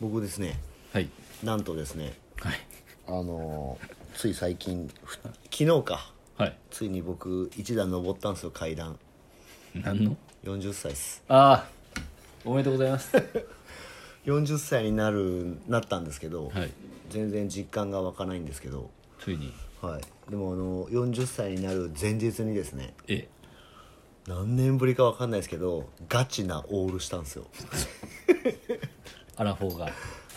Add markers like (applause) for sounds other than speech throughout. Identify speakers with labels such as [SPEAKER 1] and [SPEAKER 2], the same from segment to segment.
[SPEAKER 1] 僕ですね
[SPEAKER 2] はい
[SPEAKER 1] なんとですね
[SPEAKER 2] はい
[SPEAKER 1] あのーつい最近ふ昨日か
[SPEAKER 2] はい
[SPEAKER 1] ついに僕一段登ったんですよ階段
[SPEAKER 2] 何の
[SPEAKER 1] 40歳っす
[SPEAKER 2] ああおめでとうございます (laughs) は
[SPEAKER 1] 40歳になるなったんですけど、
[SPEAKER 2] い
[SPEAKER 1] 全然実感が湧かないんですけど、
[SPEAKER 2] ついに
[SPEAKER 1] はい、でもあの40歳になる前日にですね
[SPEAKER 2] え
[SPEAKER 1] 何年ぶりか分かんないですけどガチなオールしたんですよ
[SPEAKER 2] アラフォーが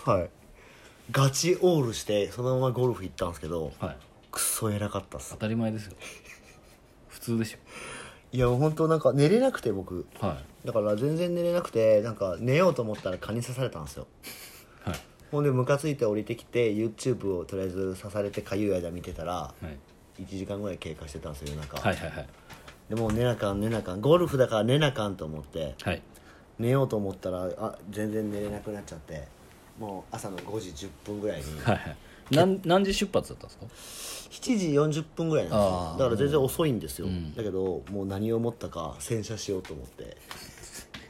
[SPEAKER 1] はいガチオールしてそのままゴルフ行ったんですけど
[SPEAKER 2] はい
[SPEAKER 1] クソ偉かったっす
[SPEAKER 2] 当たり前ですよ普通でし
[SPEAKER 1] いや本当なんか寝れなくて僕
[SPEAKER 2] ょは
[SPEAKER 1] だから全然寝れなくてなんか寝ようと思ったら蚊に刺されたんですよ
[SPEAKER 2] いはい
[SPEAKER 1] ほんでムカついて降りてきて YouTube をとりあえず刺されてかゆい間見てたら
[SPEAKER 2] はい
[SPEAKER 1] 1時間ぐらい経過してたんですよ夜中、
[SPEAKER 2] はいはいはい
[SPEAKER 1] でもう寝なかん寝なかんゴルフだから寝なかんと思って
[SPEAKER 2] はい
[SPEAKER 1] 寝ようと思ったらあ全然寝れなくなっちゃってもう朝の5時10分ぐらいに
[SPEAKER 2] はいはいなん何時出発だったんですか
[SPEAKER 1] 7時40分ぐらいなんです
[SPEAKER 2] あ
[SPEAKER 1] よ
[SPEAKER 2] ー
[SPEAKER 1] だから全然遅いんですよ、
[SPEAKER 2] うん
[SPEAKER 1] だけどもう何を思ったか洗車しようと思って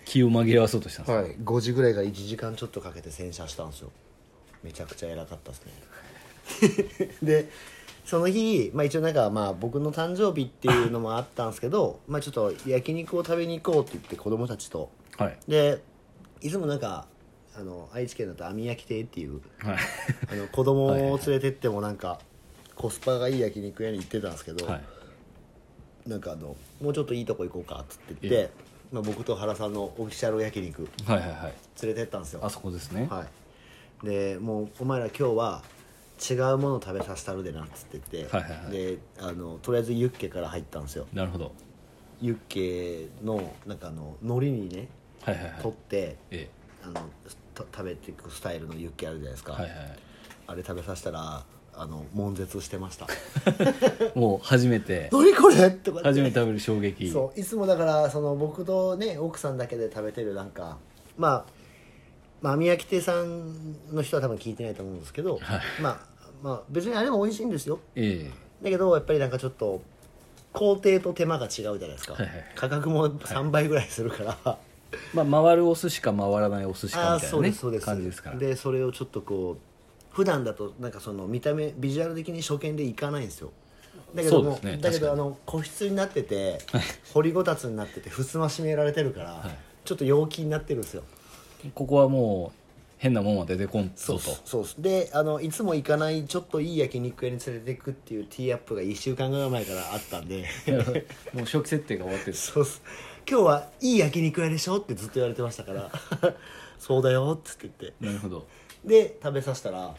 [SPEAKER 2] 気を紛らわそうとしたんですか、
[SPEAKER 1] はい5時ぐらいが1時間ちょっとかけて洗車したんですよめちゃくちゃ偉かったですね (laughs) でその日、まあ、一応なんかまあ僕の誕生日っていうのもあったんですけど、 (laughs) まあ、ちょっと焼肉を食べに行こうって言って子供たちと
[SPEAKER 2] はい
[SPEAKER 1] でいつもなんかあの愛知県だと網焼き亭っていう
[SPEAKER 2] はい
[SPEAKER 1] あの子供を連れてってもなんかコスパがいい焼肉屋に行ってたんですけど、
[SPEAKER 2] はい
[SPEAKER 1] なんかあのもうちょっといいとこ行こうかっつって言っ
[SPEAKER 2] え
[SPEAKER 1] て、まあ、僕と原さんのオフィシャル焼肉
[SPEAKER 2] はいはいはい
[SPEAKER 1] 連れてったんですよ
[SPEAKER 2] あそこですね
[SPEAKER 1] はい、でもうお前ら今日は違うもの食べさせたるでなっつって言って、
[SPEAKER 2] はいはいはい
[SPEAKER 1] であのとりあえずユッケから入ったんですよ
[SPEAKER 2] なるほど
[SPEAKER 1] ユッケのなんかあの海苔にね
[SPEAKER 2] はいはいは
[SPEAKER 1] 取
[SPEAKER 2] い
[SPEAKER 1] って、
[SPEAKER 2] え
[SPEAKER 1] あのた食べていくスタイルのユッケあるじゃないですか、
[SPEAKER 2] はいはい
[SPEAKER 1] あれ食べさせたらあの悶絶してました (laughs)
[SPEAKER 2] はい (laughs) もう初めて
[SPEAKER 1] 何これとかって
[SPEAKER 2] 初めて食べる衝撃
[SPEAKER 1] そういつもだからその僕とね奥さんだけで食べてるなんかまあまあ網焼き亭さんの人は多分聞いてないと思うんですけど、
[SPEAKER 2] はい
[SPEAKER 1] まあまあ別にあれも美味しいんですよ
[SPEAKER 2] え
[SPEAKER 1] だけどやっぱりなんかちょっと工程と手間が違うじゃないですか、
[SPEAKER 2] はいはい
[SPEAKER 1] 価格も3倍ぐらいするから、
[SPEAKER 2] えまあ回るお寿司か回らないお寿司
[SPEAKER 1] あ
[SPEAKER 2] か
[SPEAKER 1] あ
[SPEAKER 2] みたいな
[SPEAKER 1] そうで
[SPEAKER 2] ね
[SPEAKER 1] すそうです
[SPEAKER 2] 感じですから
[SPEAKER 1] でそれをちょっとこう普段だとなんかその見た目ビジュアル的に初見でいかないんですよだけども
[SPEAKER 2] そうですね
[SPEAKER 1] だけ
[SPEAKER 2] 確
[SPEAKER 1] ど
[SPEAKER 2] かに
[SPEAKER 1] あの個室になってて掘りごたつになっててふすま閉められてるから、
[SPEAKER 2] い
[SPEAKER 1] ちょっと陽気になってるんですよ
[SPEAKER 2] ここはもう変なもんは出てこんぞと
[SPEAKER 1] そうですであのいつも行かないちょっといい焼肉屋に連れていくっていうティーアップが1週間ぐらい前からあったんで
[SPEAKER 2] (laughs) もう初期設定が終わってる
[SPEAKER 1] そうっす今日はいい焼肉屋でしょってずっと言われてましたから (laughs) そうだよっつって言って
[SPEAKER 2] なるほど
[SPEAKER 1] で食べさせたら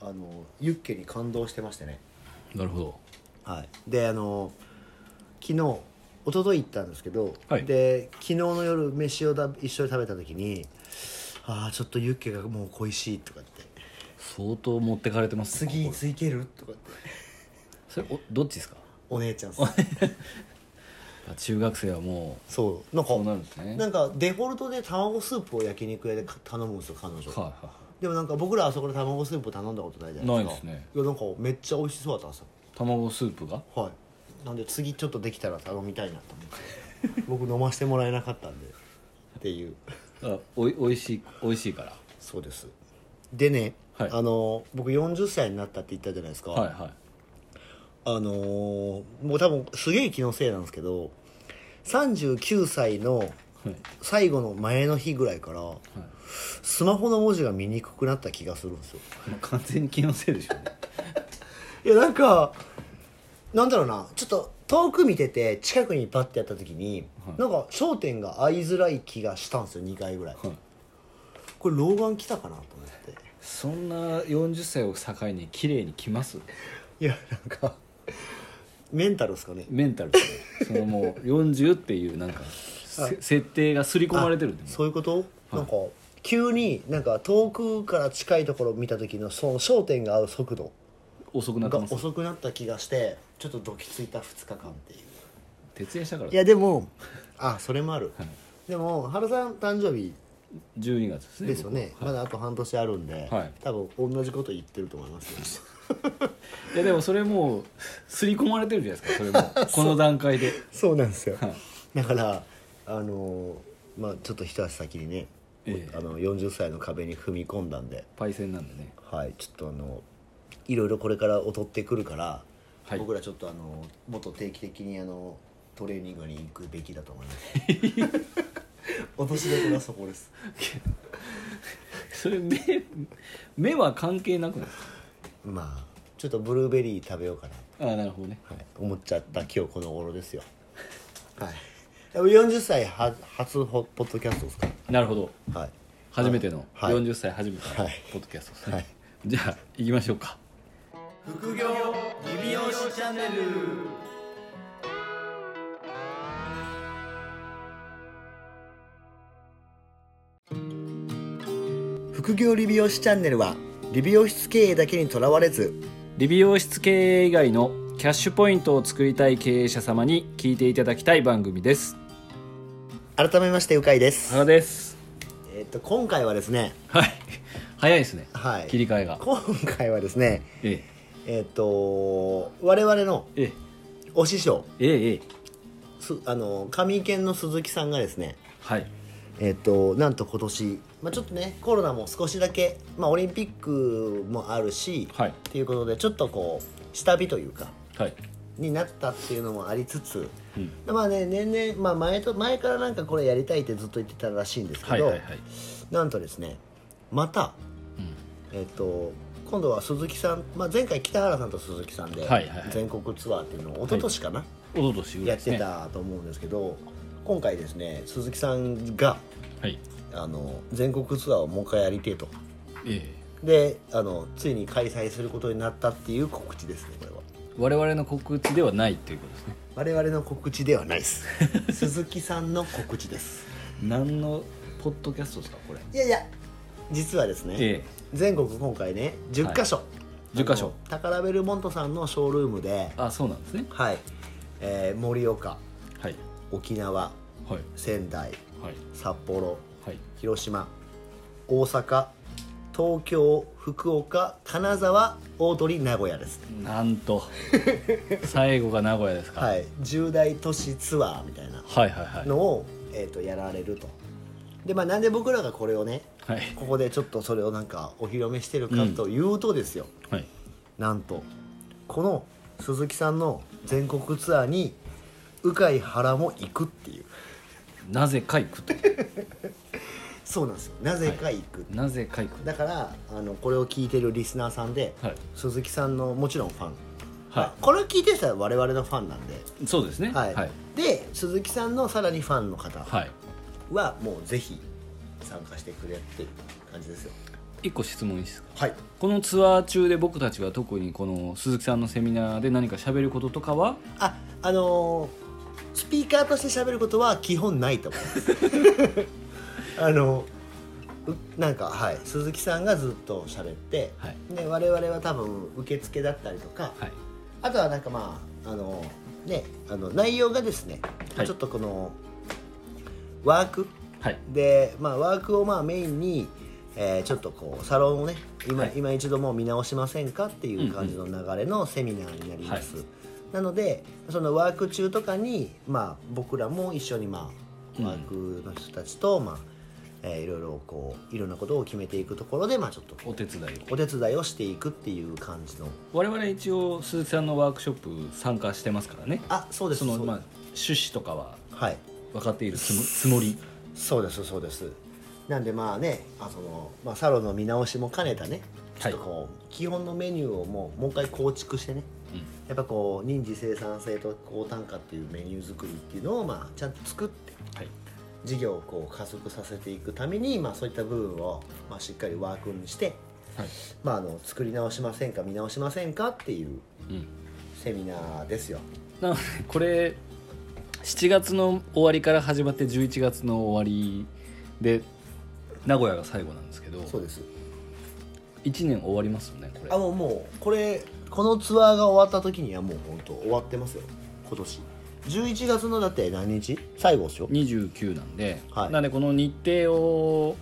[SPEAKER 1] あのユッケに感動してましてね、
[SPEAKER 2] なるほど
[SPEAKER 1] はい、であの昨日一昨日行ったんですけど、
[SPEAKER 2] はい
[SPEAKER 1] で昨日の夜飯をだ一緒に食べた時にああちょっとユッケがもう恋しいとかって
[SPEAKER 2] 相当持ってかれてます
[SPEAKER 1] 次い
[SPEAKER 2] ここ
[SPEAKER 1] ついけるとかって
[SPEAKER 2] それおどっちですか
[SPEAKER 1] お姉ちゃんっす
[SPEAKER 2] あ中学生はも
[SPEAKER 1] そうなん
[SPEAKER 2] うそうな
[SPEAKER 1] か
[SPEAKER 2] るんですね
[SPEAKER 1] なんかデフォルトで卵スープを焼肉屋で頼むんですよ彼女
[SPEAKER 2] はいは
[SPEAKER 1] でもなんか僕らあそこで卵スープ頼んだことないじゃないですか
[SPEAKER 2] ないですね
[SPEAKER 1] いやなんかめっちゃ美味しそうだったんですよ
[SPEAKER 2] い卵スープが
[SPEAKER 1] はいなんで次ちょっとできたら頼みたいなと思って (laughs) 僕飲ませてもらえなかったんでっていう
[SPEAKER 2] あおいおいしいおいしいから
[SPEAKER 1] そうですでね、
[SPEAKER 2] はい
[SPEAKER 1] あの僕40歳になったって言ったじゃないですか、
[SPEAKER 2] はいは
[SPEAKER 1] あのーもう多分すげえ気のせいなんですけど39歳の
[SPEAKER 2] いはい
[SPEAKER 1] 最後の前の日ぐらいからスマホの文字が見にくくなった気がするんですよ
[SPEAKER 2] まあ完全に気のせいでしょうね
[SPEAKER 1] いやなんかなんだろうなちょっと遠く見てて近くにバッてやった時に、
[SPEAKER 2] はい
[SPEAKER 1] なんか焦点が合いづらい気がしたんですよ2回ぐらい、
[SPEAKER 2] はい
[SPEAKER 1] これ老眼来たかなと思って
[SPEAKER 2] そんな40歳を境に綺麗にきます
[SPEAKER 1] いやなんかメンタルですかね
[SPEAKER 2] メンタルですねそのもう40っていうなんかせ設定が刷り込まれてるんでもう
[SPEAKER 1] そういうこと、なんか急になんか遠くから近いところを見た時のその焦点が合う速度
[SPEAKER 2] 遅くなって
[SPEAKER 1] が
[SPEAKER 2] ます
[SPEAKER 1] 遅くなった気がしてちょっとどきついた2日間っていう
[SPEAKER 2] 徹夜したから
[SPEAKER 1] いやでもあそれもある、
[SPEAKER 2] はい
[SPEAKER 1] でも原さん誕生日
[SPEAKER 2] 12月ですね
[SPEAKER 1] ですよね、まだあと半年あるんで、
[SPEAKER 2] はい
[SPEAKER 1] 多分同じこと言ってると思います
[SPEAKER 2] (laughs)
[SPEAKER 1] よ
[SPEAKER 2] いやでもそれもう刷り込まれてるじゃないですかそれ
[SPEAKER 1] (laughs)
[SPEAKER 2] もこの段階で
[SPEAKER 1] そうなんですよ
[SPEAKER 2] はい
[SPEAKER 1] だからあのーまあちょっと一足先にね
[SPEAKER 2] ええ
[SPEAKER 1] あの40歳の壁に踏み込んだんで、
[SPEAKER 2] パイセンなんでね
[SPEAKER 1] はい、ちょっとあのいろいろこれから劣ってくるから、
[SPEAKER 2] はい
[SPEAKER 1] 僕らちょっとあのもっと定期的にあのトレーニングに行くべきだと思い
[SPEAKER 2] (laughs)
[SPEAKER 1] ます (laughs) 落としどころはそこです
[SPEAKER 2] それ目目は関係なくない
[SPEAKER 1] まあちょっとブルーベリー食べようかな
[SPEAKER 2] ああなるほどね
[SPEAKER 1] はい、思っちゃった今日この頃ですよはいでも40歳は初ほポッドキャストですか
[SPEAKER 2] なるほど
[SPEAKER 1] はい
[SPEAKER 2] 初めての、
[SPEAKER 1] はい
[SPEAKER 2] 40歳初めての
[SPEAKER 1] はい
[SPEAKER 2] ポッドキャストですね、
[SPEAKER 1] はい
[SPEAKER 2] じゃあ行きましょうか
[SPEAKER 1] 副業リビオシチャンネル副業理美容師チャンネルは理美容室経営だけにとらわれず
[SPEAKER 2] 理美容室経営以外のキャッシュポイントを作りたい経営者様に聞いていただきたい番組です
[SPEAKER 1] 改めましてうかいです、
[SPEAKER 2] 原です
[SPEAKER 1] えっと今回はですね
[SPEAKER 2] はい早いですね
[SPEAKER 1] はい
[SPEAKER 2] 切り替えが
[SPEAKER 1] 今回はですね
[SPEAKER 2] え
[SPEAKER 1] えっ、と我々の
[SPEAKER 2] ええ
[SPEAKER 1] お師匠
[SPEAKER 2] ええええ
[SPEAKER 1] すあの上県の鈴木さんがですね
[SPEAKER 2] はい
[SPEAKER 1] えっ、となんと今年、まあ、ちょっとねコロナも少しだけ、まあ、オリンピックもあるし、
[SPEAKER 2] はい
[SPEAKER 1] っていうことでちょっとこう下火というか
[SPEAKER 2] はい、
[SPEAKER 1] になったっていうのもありつつ
[SPEAKER 2] うん、
[SPEAKER 1] まあね年々、まあ、前と前からなんかこれやりたいってずっと言ってたらしいんです
[SPEAKER 2] は
[SPEAKER 1] け
[SPEAKER 2] い
[SPEAKER 1] ど、
[SPEAKER 2] はいはい、
[SPEAKER 1] なんとですねまたえっと今度は鈴木さん、まあ、前回北原さんと鈴木さんで
[SPEAKER 2] はいはいはい
[SPEAKER 1] 全国ツアーっていうのを一昨年かな、
[SPEAKER 2] うん、おととしぐら
[SPEAKER 1] や
[SPEAKER 2] い
[SPEAKER 1] っ
[SPEAKER 2] ですね
[SPEAKER 1] てたと思うんですけど今回ですね鈴木さんが
[SPEAKER 2] はい
[SPEAKER 1] あの全国ツアーをもう一回やりてえと
[SPEAKER 2] ええ
[SPEAKER 1] であのついに開催することになったっていう告知ですねこれは
[SPEAKER 2] 我々の告知ではないということですね
[SPEAKER 1] 我々の告知ではないです
[SPEAKER 2] (laughs)
[SPEAKER 1] 鈴木さんの告知です
[SPEAKER 2] 何のポッドキャストですかこれ
[SPEAKER 1] いやいや実はですね、
[SPEAKER 2] え
[SPEAKER 1] 全国今回ね10カ所、
[SPEAKER 2] 10箇所
[SPEAKER 1] あのタカラベルモントさんのショールームで
[SPEAKER 2] あそうなんですね
[SPEAKER 1] はい、えー盛岡
[SPEAKER 2] はい
[SPEAKER 1] 沖縄
[SPEAKER 2] はい
[SPEAKER 1] 仙台
[SPEAKER 2] はい
[SPEAKER 1] 札幌
[SPEAKER 2] はい
[SPEAKER 1] 広島大阪東京福岡金沢大鳥名古屋です
[SPEAKER 2] なん
[SPEAKER 1] (laughs)
[SPEAKER 2] と最後が名古屋ですか、
[SPEAKER 1] はい10大都市ツアーみたいな
[SPEAKER 2] はいはいはい
[SPEAKER 1] のを、えー、とやられるとでまあなんで僕らがこれをね
[SPEAKER 2] はい
[SPEAKER 1] ここでちょっとそれをなんかお披露目してるかというとですよ、
[SPEAKER 2] はい
[SPEAKER 1] なんとこの鈴木さんの全国ツアーに鵜飼原も行くっていう
[SPEAKER 2] なぜか行くと
[SPEAKER 1] そうなんですよなぜか行く、
[SPEAKER 2] なぜか行く
[SPEAKER 1] だからあのこれを聞いてるリスナーさんで、
[SPEAKER 2] はい
[SPEAKER 1] 鈴木さんのもちろんファン、
[SPEAKER 2] は
[SPEAKER 1] これを聞いてる人は我々のファンなんで、
[SPEAKER 2] いそうですね
[SPEAKER 1] はい
[SPEAKER 2] はい、
[SPEAKER 1] で鈴木さんのさらにファンの方
[SPEAKER 2] はい
[SPEAKER 1] はもうぜひ参加してくれっていう感じですよ
[SPEAKER 2] 一個質問いいですか
[SPEAKER 1] はい
[SPEAKER 2] このツアー中で僕たちは特にこの鈴木さんのセミナーで何か喋ることとかは
[SPEAKER 1] ああのースピーカーとして喋ることは基本ないと思います
[SPEAKER 2] (laughs)
[SPEAKER 1] あのうなんかはい鈴木さんがずっと喋って、
[SPEAKER 2] はい
[SPEAKER 1] ね、我々は多分受付だったりとか、
[SPEAKER 2] はい
[SPEAKER 1] あとはなんかまああのねあの内容がですね、
[SPEAKER 2] はい
[SPEAKER 1] ちょっとこのワーク
[SPEAKER 2] はい
[SPEAKER 1] で、まあ、ワークをまあメインに、えーちょっとこうサロンをね今,、
[SPEAKER 2] はい
[SPEAKER 1] 今一度もう見直しませんかっていう感じの流れのセミナーになります、
[SPEAKER 2] は
[SPEAKER 1] なのでそのワーク中とかに、まあ、僕らも一緒に、まあ、ワークの人たちと、まあえーいろいろこういろんなことを決めていくところで、まあ、ちょっと
[SPEAKER 2] お手伝いを
[SPEAKER 1] お手伝いをしていくっていう感じの
[SPEAKER 2] 我々一応鈴木さんのワークショップ参加してますからね
[SPEAKER 1] あそうです
[SPEAKER 2] その
[SPEAKER 1] そう
[SPEAKER 2] まあ趣旨とかは
[SPEAKER 1] はい
[SPEAKER 2] 分かっているつもつもり
[SPEAKER 1] そうですそうですなんでまあねあその、まあ、サロンの見直しも兼ねたねちょ
[SPEAKER 2] は
[SPEAKER 1] っ
[SPEAKER 2] い
[SPEAKER 1] とこう、基本のメニューをもうもう一回構築してねやっぱこう認知生産性と高単価っていうメニュー作りっていうのをまあちゃんと作って
[SPEAKER 2] はい
[SPEAKER 1] 事業をこう加速させていくために、まあ、そういった部分を、まあ、しっかりワークにして、
[SPEAKER 2] はい
[SPEAKER 1] まあ、あの作り直しませんか見直しませんかっていう
[SPEAKER 2] うん
[SPEAKER 1] セミナーですよ
[SPEAKER 2] なのでこれ7月の終わりから始まって11月の終わりで名古屋が最後なんですけど
[SPEAKER 1] そうです
[SPEAKER 2] 1年終わりますよねこ
[SPEAKER 1] あ
[SPEAKER 2] れ
[SPEAKER 1] もうもうこれこのツアーが終わった時にはもう本当終わってますよ今年11月のだって何日最後でしょ
[SPEAKER 2] 29なんで、
[SPEAKER 1] はい
[SPEAKER 2] なんでこの日程を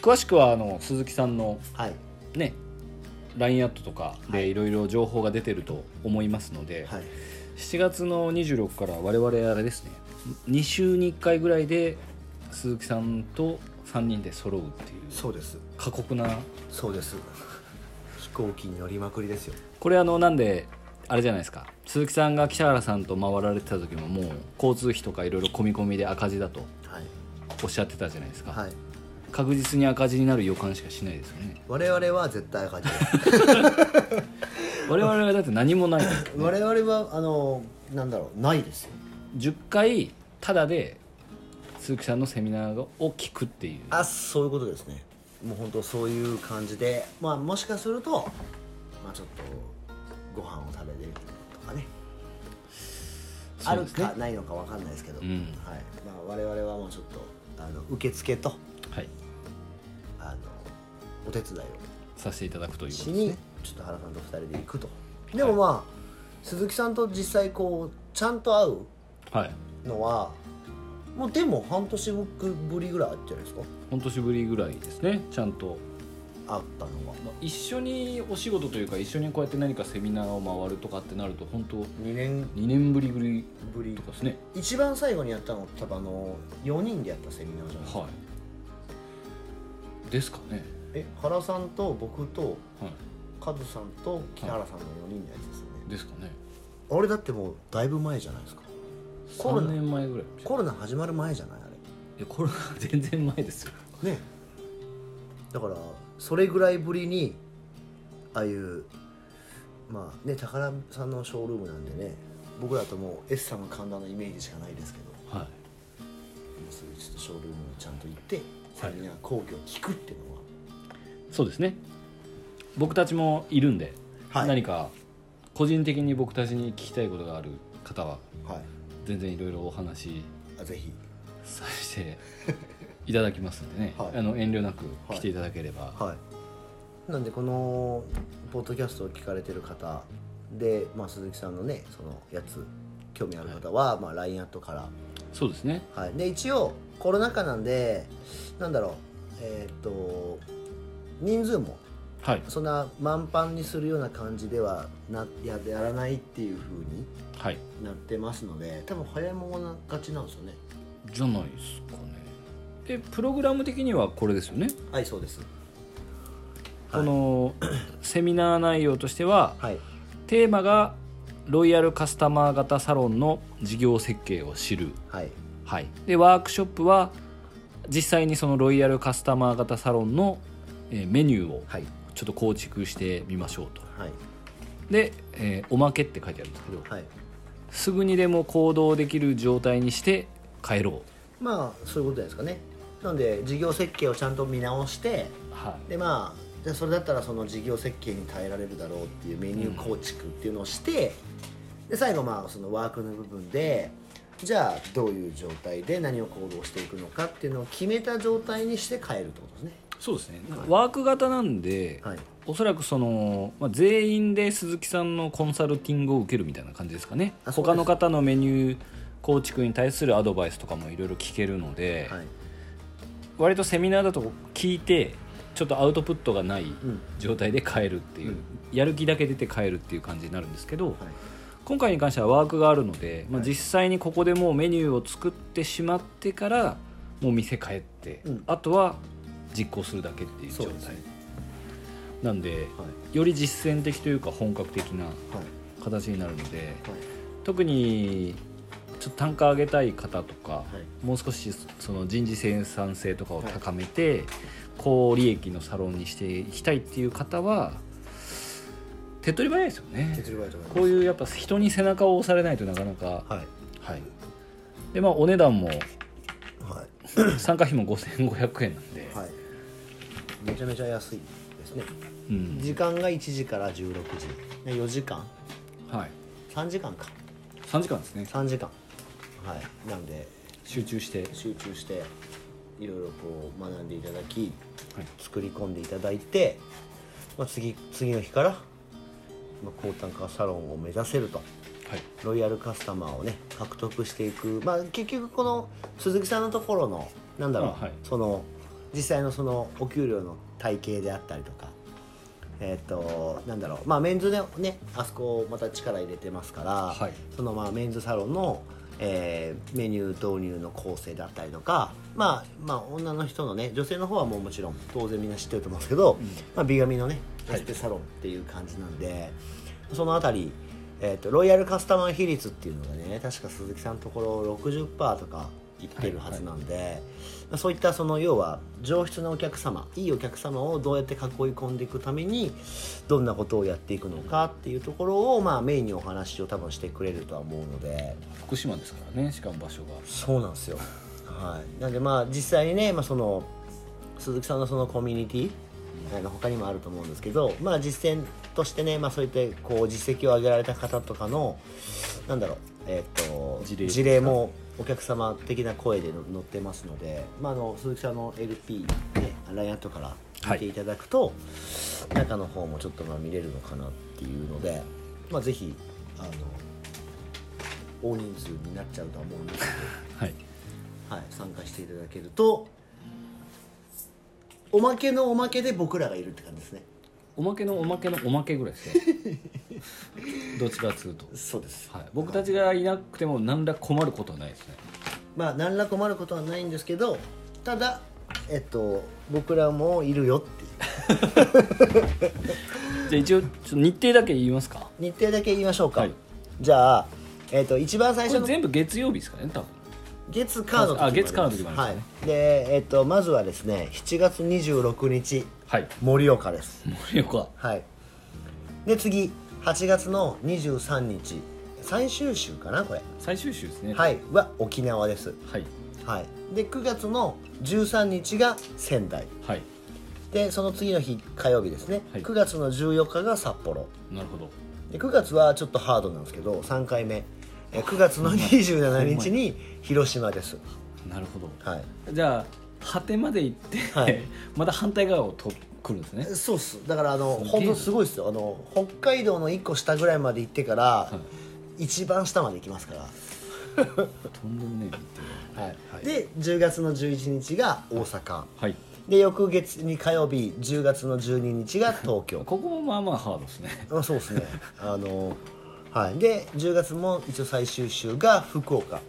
[SPEAKER 2] 詳しくはあの鈴木さんの
[SPEAKER 1] はい
[SPEAKER 2] ね LINE アットとか
[SPEAKER 1] は
[SPEAKER 2] でいろいろ情報が出てると思いますので、
[SPEAKER 1] はい
[SPEAKER 2] 7月の26から我々あれですね2週に1回ぐらいで鈴木さんと3人で揃うっていう
[SPEAKER 1] そうです
[SPEAKER 2] 過酷な
[SPEAKER 1] そうです (laughs) 飛行機に乗りまくりですよ
[SPEAKER 2] これあのなんであれじゃないですか鈴木さんが北原さんと回られてた時ももう交通費とかいろいろ込み込みで赤字だと
[SPEAKER 1] はい
[SPEAKER 2] おっしゃってたじゃないですか、
[SPEAKER 1] はい
[SPEAKER 2] 確実に赤字になる予感しかしないですよね
[SPEAKER 1] 我々は絶対赤字です
[SPEAKER 2] 我々はだって何もない
[SPEAKER 1] 我々はあのなんだろうないですよ
[SPEAKER 2] 10回タダで鈴木さんのセミナーを聞くっていう
[SPEAKER 1] あそういうことですねもう本当そういう感じでまあもしかするとまあちょっとご飯を食べれるとかねあ
[SPEAKER 2] そう
[SPEAKER 1] る
[SPEAKER 2] ですね
[SPEAKER 1] かないのかわかんないですけど、
[SPEAKER 2] うん
[SPEAKER 1] はいまあ、我々はもうちょっとあの受付と
[SPEAKER 2] はい
[SPEAKER 1] あのお手伝い
[SPEAKER 2] させていただくと
[SPEAKER 1] を
[SPEAKER 2] いうこ
[SPEAKER 1] し
[SPEAKER 2] とです
[SPEAKER 1] に
[SPEAKER 2] ね
[SPEAKER 1] ちょっと原さんと二人で行くとでもまあ、鈴木さんと実際こうちゃんと会
[SPEAKER 2] はい
[SPEAKER 1] うのはもうでも半年ぶりぐらいあったじゃないですか
[SPEAKER 2] 半年ぶりぐらいですねちゃんと
[SPEAKER 1] 会ったのは
[SPEAKER 2] まあ一緒にお仕事というか一緒にこうやって何かセミナーを回るとかってなると本当
[SPEAKER 1] 2年
[SPEAKER 2] 2年ぶりぐり
[SPEAKER 1] ぶり
[SPEAKER 2] とかですね
[SPEAKER 1] 一番最後にやったの多分あの4人でやったセミナーじゃないですか
[SPEAKER 2] はいですかね
[SPEAKER 1] え原さんと僕と
[SPEAKER 2] はい
[SPEAKER 1] カズさんと北原さんの4人のやつですよね、
[SPEAKER 2] ですかね
[SPEAKER 1] あれだってもうだいぶ前じゃないですかコロ
[SPEAKER 2] 3
[SPEAKER 1] ナ
[SPEAKER 2] 年前ぐらい
[SPEAKER 1] コロナ始まる前じゃないあ
[SPEAKER 2] いやコロナ全然前ですよ
[SPEAKER 1] れねだからそれぐらいぶりにああいうまあね宝さんのショールームなんでね僕らともう S さんが神田のイメージしかないですけど
[SPEAKER 2] はい
[SPEAKER 1] そういうちょっとショールームにちゃんと行ってセミナー講義を聞くっていうのは
[SPEAKER 2] そうですね僕たちもいるんで、
[SPEAKER 1] はい
[SPEAKER 2] 何か個人的に僕たちに聞きたいことがある方は
[SPEAKER 1] はい
[SPEAKER 2] 全然いろいろお話
[SPEAKER 1] あぜひ
[SPEAKER 2] させ (laughs) ていただきますんでね、
[SPEAKER 1] はい
[SPEAKER 2] あの遠慮なく来ていただければ、
[SPEAKER 1] はい、なんでこのポッドキャストを聞かれてる方で、まあ、鈴木さんのねそのやつ興味ある方は、まあ、LINE アットから、
[SPEAKER 2] そうですね
[SPEAKER 1] はい、で一応コロナ禍なんでなんだろうえーっと人数も
[SPEAKER 2] はい
[SPEAKER 1] そんな満帆にするような感じではなややらないっていう風に
[SPEAKER 2] はい
[SPEAKER 1] なってますので多分早いもの勝ちなんですよね
[SPEAKER 2] じゃないですかねでプログラム的にはこれですよね、
[SPEAKER 1] はいそうです
[SPEAKER 2] このセミナー内容としては
[SPEAKER 1] はい
[SPEAKER 2] テーマがロイヤルカスタマー型サロンの事業設計を知る、
[SPEAKER 1] はい
[SPEAKER 2] はい、でワークショップは実際にそのロイヤルカスタマー型サロンのえーメニューを
[SPEAKER 1] はい
[SPEAKER 2] ちょっと構築してみましょうと
[SPEAKER 1] はい
[SPEAKER 2] で、えーおまけって書いてあるんですけど
[SPEAKER 1] はい
[SPEAKER 2] すぐにでも行動できる状態にして帰ろ
[SPEAKER 1] まあそういうことですかねなので事業設計をちゃんと見直して
[SPEAKER 2] う、は
[SPEAKER 1] でまあじゃあそれだったらその事業設計に耐えられるだろうっていうメニュー構築っていうのをして、で最後まあそのワークの部分でじゃあどういう状態で何を行動していくのかっていうのを決めた状態にして変えるってことですね
[SPEAKER 2] い、そうですねワーク型なんで、
[SPEAKER 1] はい
[SPEAKER 2] おそらくその、まあ、全員で鈴木さんのコンサルティングを受けるみたいな感じですかね
[SPEAKER 1] あそうです
[SPEAKER 2] 他の方のメニュー構築に対するアドバイスとかもいろいろ聞けるので、
[SPEAKER 1] はい
[SPEAKER 2] 割とセミナーだと聞いてちょっとアウトプットがない
[SPEAKER 1] うん
[SPEAKER 2] 状態で帰るってい
[SPEAKER 1] う
[SPEAKER 2] う、
[SPEAKER 1] ん
[SPEAKER 2] やる気だけ出て帰るっていう感じになるんですけど、
[SPEAKER 1] はい
[SPEAKER 2] 今回に関してはワークがあるので、まあ、
[SPEAKER 1] はい
[SPEAKER 2] 実際にここでもうメニューを作ってしまってからもう店帰って、
[SPEAKER 1] うん
[SPEAKER 2] あとは実行するだけっていう状
[SPEAKER 1] そう
[SPEAKER 2] 態
[SPEAKER 1] ですね
[SPEAKER 2] なんで、
[SPEAKER 1] はい
[SPEAKER 2] より実践的というか本格的な
[SPEAKER 1] はい
[SPEAKER 2] 形になるので
[SPEAKER 1] はい
[SPEAKER 2] 特にちょっと単価上げたい方とか、
[SPEAKER 1] はい
[SPEAKER 2] もう少しその人事生産性とかを高めて、高利益のサロンにしていきたいっていう方は手っ取り早いですよね
[SPEAKER 1] 削りと
[SPEAKER 2] こういうやっぱ人に背中を押されないとなかなか
[SPEAKER 1] はい
[SPEAKER 2] はいでまあお値段も (coughs)
[SPEAKER 1] は
[SPEAKER 2] 参加費も5500円なんで、
[SPEAKER 1] いはいめちゃめちゃ安いですね
[SPEAKER 2] うん
[SPEAKER 1] 時間が1時から16時で4時間
[SPEAKER 2] はい、
[SPEAKER 1] 3時間か
[SPEAKER 2] 3時間ですね
[SPEAKER 1] 3時間はいなんで
[SPEAKER 2] 集中して、はい、
[SPEAKER 1] 集中していろいろこう学んでいただき作り込んでいただいて、まあ、次次の日から、まあ、高単価サロンを目指せると
[SPEAKER 2] はい、
[SPEAKER 1] ロイヤルカスタマーをね獲得していく、まあ、結局この鈴木さんのところのなんだろう、
[SPEAKER 2] あはい
[SPEAKER 1] その実際のそのお給料の体系であったりとかえっ、となんだろうまあメンズでねあそこをまた力入れてますから、
[SPEAKER 2] はい
[SPEAKER 1] そのまあメンズサロンのえーメニュー導入の構成だったりとか、まあ、まあ女の人のね女性の方はもうもちろん当然みんな知ってると思うんですけど、まあ、美髪のねエステサロンっていう感じなんで、そのあたり、えー、とロイヤルカスタマー比率っていうのがね確か鈴木さんのところ60%とかいってるはずなんで、まあそういったその要は上質なお客様いいお客様をどうやって囲い込んでいくためにどんなことをやっていくのかっていうところを、まあ、メインにお話を多分してくれるとは思うので。
[SPEAKER 2] 福島ですからねしかも場所が
[SPEAKER 1] そうなんですよ、はい、なんでまあ実際にね、まあ、その鈴木さんのそのコミュニティあの他にもあると思うんですけど、まあ、実践としてね、まあ、そういったこう実績を上げられた方とかのなんだろう、えー、と
[SPEAKER 2] 事例
[SPEAKER 1] 事例もお客様的な声での載ってますので、まあ、あの鈴木さんの LP、ね、ラインアットから見ていただくと、中の方もちょっとまあ見れるのかなっていうので、まあ、ぜひあの大人数になっちゃうとは思うんですけど。
[SPEAKER 2] はい
[SPEAKER 1] はい、参加していただけるとおまけのおまけで僕らがいるって感じですね
[SPEAKER 2] おまけのおまけのおまけぐらいですね (laughs) どっちかっつうと、
[SPEAKER 1] そうです
[SPEAKER 2] はい、僕たちがいなくても何ら困ることはないですね
[SPEAKER 1] まあ何ら困ることはないんですけどただえっと僕らもいるよっていう
[SPEAKER 2] じゃあ一応ちょっと日程だけ言いますか
[SPEAKER 1] 日程だけ言いましょうか、
[SPEAKER 2] はい
[SPEAKER 1] じゃあえっと一番最初
[SPEAKER 2] これ
[SPEAKER 1] の
[SPEAKER 2] 全部月曜日ですかね多分
[SPEAKER 1] 月カード
[SPEAKER 2] あ月火の時もあ
[SPEAKER 1] は
[SPEAKER 2] り
[SPEAKER 1] い
[SPEAKER 2] ま
[SPEAKER 1] でえっとまずはですね7月26日
[SPEAKER 2] はい
[SPEAKER 1] 盛岡です
[SPEAKER 2] 盛岡
[SPEAKER 1] はいで次8月の23日最終週かなこれ
[SPEAKER 2] 最終週ですね
[SPEAKER 1] はい、は沖縄です、
[SPEAKER 2] はい
[SPEAKER 1] はい、で9月の13日が仙台
[SPEAKER 2] はい
[SPEAKER 1] でその次の日火曜日ですね、
[SPEAKER 2] はい
[SPEAKER 1] 9月の14日が札幌
[SPEAKER 2] なるほど
[SPEAKER 1] で9月はちょっとハードなんですけど3回目え9月の27日に広島です、
[SPEAKER 2] なるほど
[SPEAKER 1] はい、
[SPEAKER 2] じゃあ果てまで行って、
[SPEAKER 1] はい
[SPEAKER 2] (laughs) また反対側をと来るんですね
[SPEAKER 1] そうっすだからあの
[SPEAKER 2] すげえ
[SPEAKER 1] 本当すごいですよあの北海道の1個下ぐらいまで行ってから、一番下まで行きますから
[SPEAKER 2] とんでもねえ日程
[SPEAKER 1] はい
[SPEAKER 2] はい
[SPEAKER 1] で10月の11日が大阪、
[SPEAKER 2] はい
[SPEAKER 1] で翌月に火曜日10月の12日が東京
[SPEAKER 2] ここもまあまあハードですね
[SPEAKER 1] あそうですねあのはいで10月も一応最終週が福岡は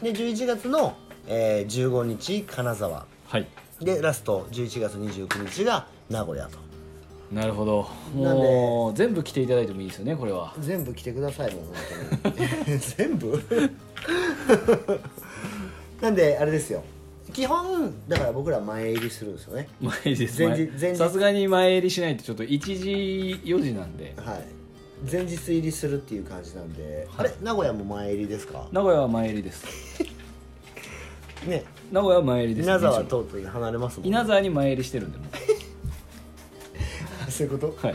[SPEAKER 1] いで11月の、えー15日金沢
[SPEAKER 2] はい
[SPEAKER 1] でラスト11月29日が名古屋と
[SPEAKER 2] なるほど
[SPEAKER 1] なんで
[SPEAKER 2] もう全部来ていただいてもいいですよねこれは
[SPEAKER 1] 全部来てくださいもう本当に (laughs) 全部なんであれですよ基本だから僕ら前入りするんですよね
[SPEAKER 2] 前です
[SPEAKER 1] 前日前
[SPEAKER 2] 前
[SPEAKER 1] 日
[SPEAKER 2] さすがに前入りしないとちょっと1時4時なんで
[SPEAKER 1] はい前日入りするっていう感じなんで、
[SPEAKER 2] はい
[SPEAKER 1] あれ名古屋も前入りですか
[SPEAKER 2] 名古屋は前入りです
[SPEAKER 1] ね
[SPEAKER 2] 名古屋は前入りです
[SPEAKER 1] 稲沢とうとう離れますもんね (laughs)
[SPEAKER 2] 稲沢に前入りしてるんでも
[SPEAKER 1] そういうこ
[SPEAKER 2] うはい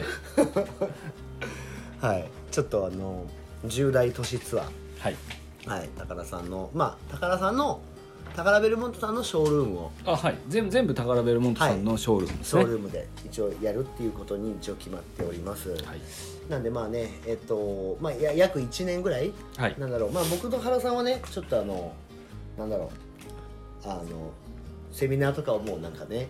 [SPEAKER 1] とはいちょっとあの重大都市ツア
[SPEAKER 2] はい
[SPEAKER 1] ーはい高田さんのまあ高田さんの高田ベルモントさんのショールームを
[SPEAKER 2] あはい全部全部宝ベルモントさんのショールームです
[SPEAKER 1] シ
[SPEAKER 2] ね
[SPEAKER 1] ョールームで一応やるっていうことに一応決まっております、
[SPEAKER 2] はい
[SPEAKER 1] なんでまあねえっとまあや約1年ぐらい、
[SPEAKER 2] はい
[SPEAKER 1] なんだろうまあ僕と原さんはねちょっとあのなんだろうあのセミナーとかをもうなんかね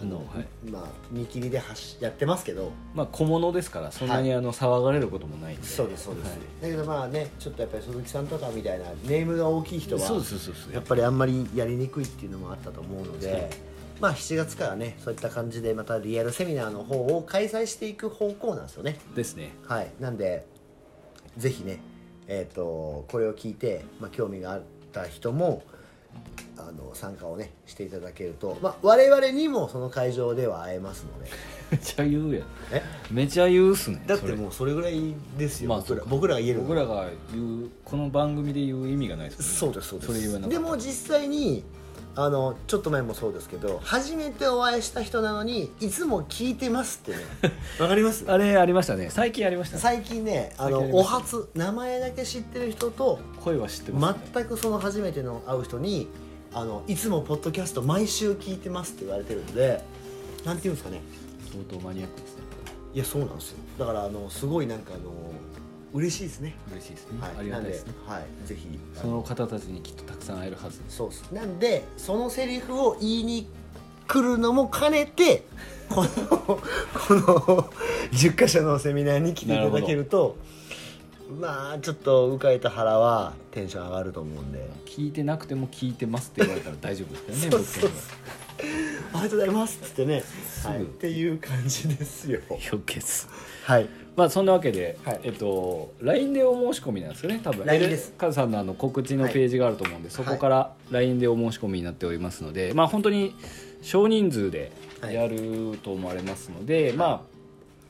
[SPEAKER 1] あの、
[SPEAKER 2] もうはい
[SPEAKER 1] まあ見切りで発しやってますけど
[SPEAKER 2] まあ小物ですからそんなにあの騒がれることもないんで
[SPEAKER 1] そうですそうです、
[SPEAKER 2] はい
[SPEAKER 1] だけどまあねちょっとやっぱり鈴木さんとかみたいなネームが大きい人は
[SPEAKER 2] そうですそうです
[SPEAKER 1] やっぱりあんまりやりにくいっていうのもあったと思うのでまあ7月からねそういった感じでまたリアルセミナーの方を開催していく方向なんですよね
[SPEAKER 2] です
[SPEAKER 1] (laughs)
[SPEAKER 2] ね
[SPEAKER 1] はいなんでぜひねえっ、とこれを聞いて、まあ、興味があった人もあの参加をねしていただけると、まあ、我々にもその会場では会えますので
[SPEAKER 2] めちゃ言うやん
[SPEAKER 1] え
[SPEAKER 2] めちゃ言うっすね
[SPEAKER 1] だって
[SPEAKER 2] それ
[SPEAKER 1] もうそれぐらいですよ、
[SPEAKER 2] まあ
[SPEAKER 1] 僕ら
[SPEAKER 2] そうか
[SPEAKER 1] 僕らが言えるの
[SPEAKER 2] 僕らが言うこの番組で言う意味がないですもんね
[SPEAKER 1] そうですそうです
[SPEAKER 2] それ言えなかっ
[SPEAKER 1] で
[SPEAKER 2] た
[SPEAKER 1] も実際にあのちょっと前もそうですけど初めてお会いした人なのにいつも聞いてますっ
[SPEAKER 2] (laughs)
[SPEAKER 1] てねわかります
[SPEAKER 2] あれありましたね最近ありましたね
[SPEAKER 1] 最近ねあの
[SPEAKER 2] 最近あり
[SPEAKER 1] お
[SPEAKER 2] ました
[SPEAKER 1] 初名前だけ知ってる人と
[SPEAKER 2] 声は知ってますね
[SPEAKER 1] 全くその初めての会う人にあのいつもポッドキャスト毎週聞いてますって言われてるんでなんていうんですかね
[SPEAKER 2] 相当マニアックですね
[SPEAKER 1] いやそうなんですよだからあのすごいなんかあの嬉しいですね、
[SPEAKER 2] 嬉しいですね、
[SPEAKER 1] はい、
[SPEAKER 2] ありがたいです
[SPEAKER 1] なん
[SPEAKER 2] ね
[SPEAKER 1] で、はい、ぜひあ
[SPEAKER 2] その方たちにきっとたくさん会えるはず
[SPEAKER 1] そうっすなんでそのセリフを言いに来るのも兼ねて (laughs) このこの10箇所のセミナーに来ていただけるとまあちょっとうかいと腹はテンション上がると思うんで
[SPEAKER 2] 聞いてなくても聞いてますって言われたら大丈夫ですよね
[SPEAKER 1] そうそうそう
[SPEAKER 2] 物件は
[SPEAKER 1] 「おはようございます」っつってね、
[SPEAKER 2] ぐ
[SPEAKER 1] はい、っていう感じですよ
[SPEAKER 2] 評決
[SPEAKER 1] はい
[SPEAKER 2] まあそんなわけで、
[SPEAKER 1] はい
[SPEAKER 2] えっと LINE でお申し込みなんですよね多分
[SPEAKER 1] LINE です
[SPEAKER 2] カズさんのあの告知の
[SPEAKER 1] はい
[SPEAKER 2] ページがあると思うんで、そこから LINE でお申し込みになっておりますので、まあ本当に少人数でやると思われますので、まあ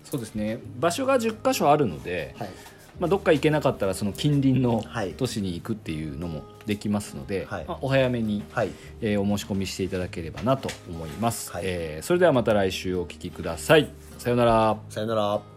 [SPEAKER 2] そうですね場所が10箇所あるので、
[SPEAKER 1] はい
[SPEAKER 2] まあ、どっか行けなかったらその近隣の
[SPEAKER 1] はい
[SPEAKER 2] 都市に行くっていうのもできますので、
[SPEAKER 1] はい
[SPEAKER 2] まあお早めに、
[SPEAKER 1] はい
[SPEAKER 2] えーお申し込みしていただければなと思います、
[SPEAKER 1] はい
[SPEAKER 2] えーそれではまた来週お聞きくださいさようなら
[SPEAKER 1] さよなら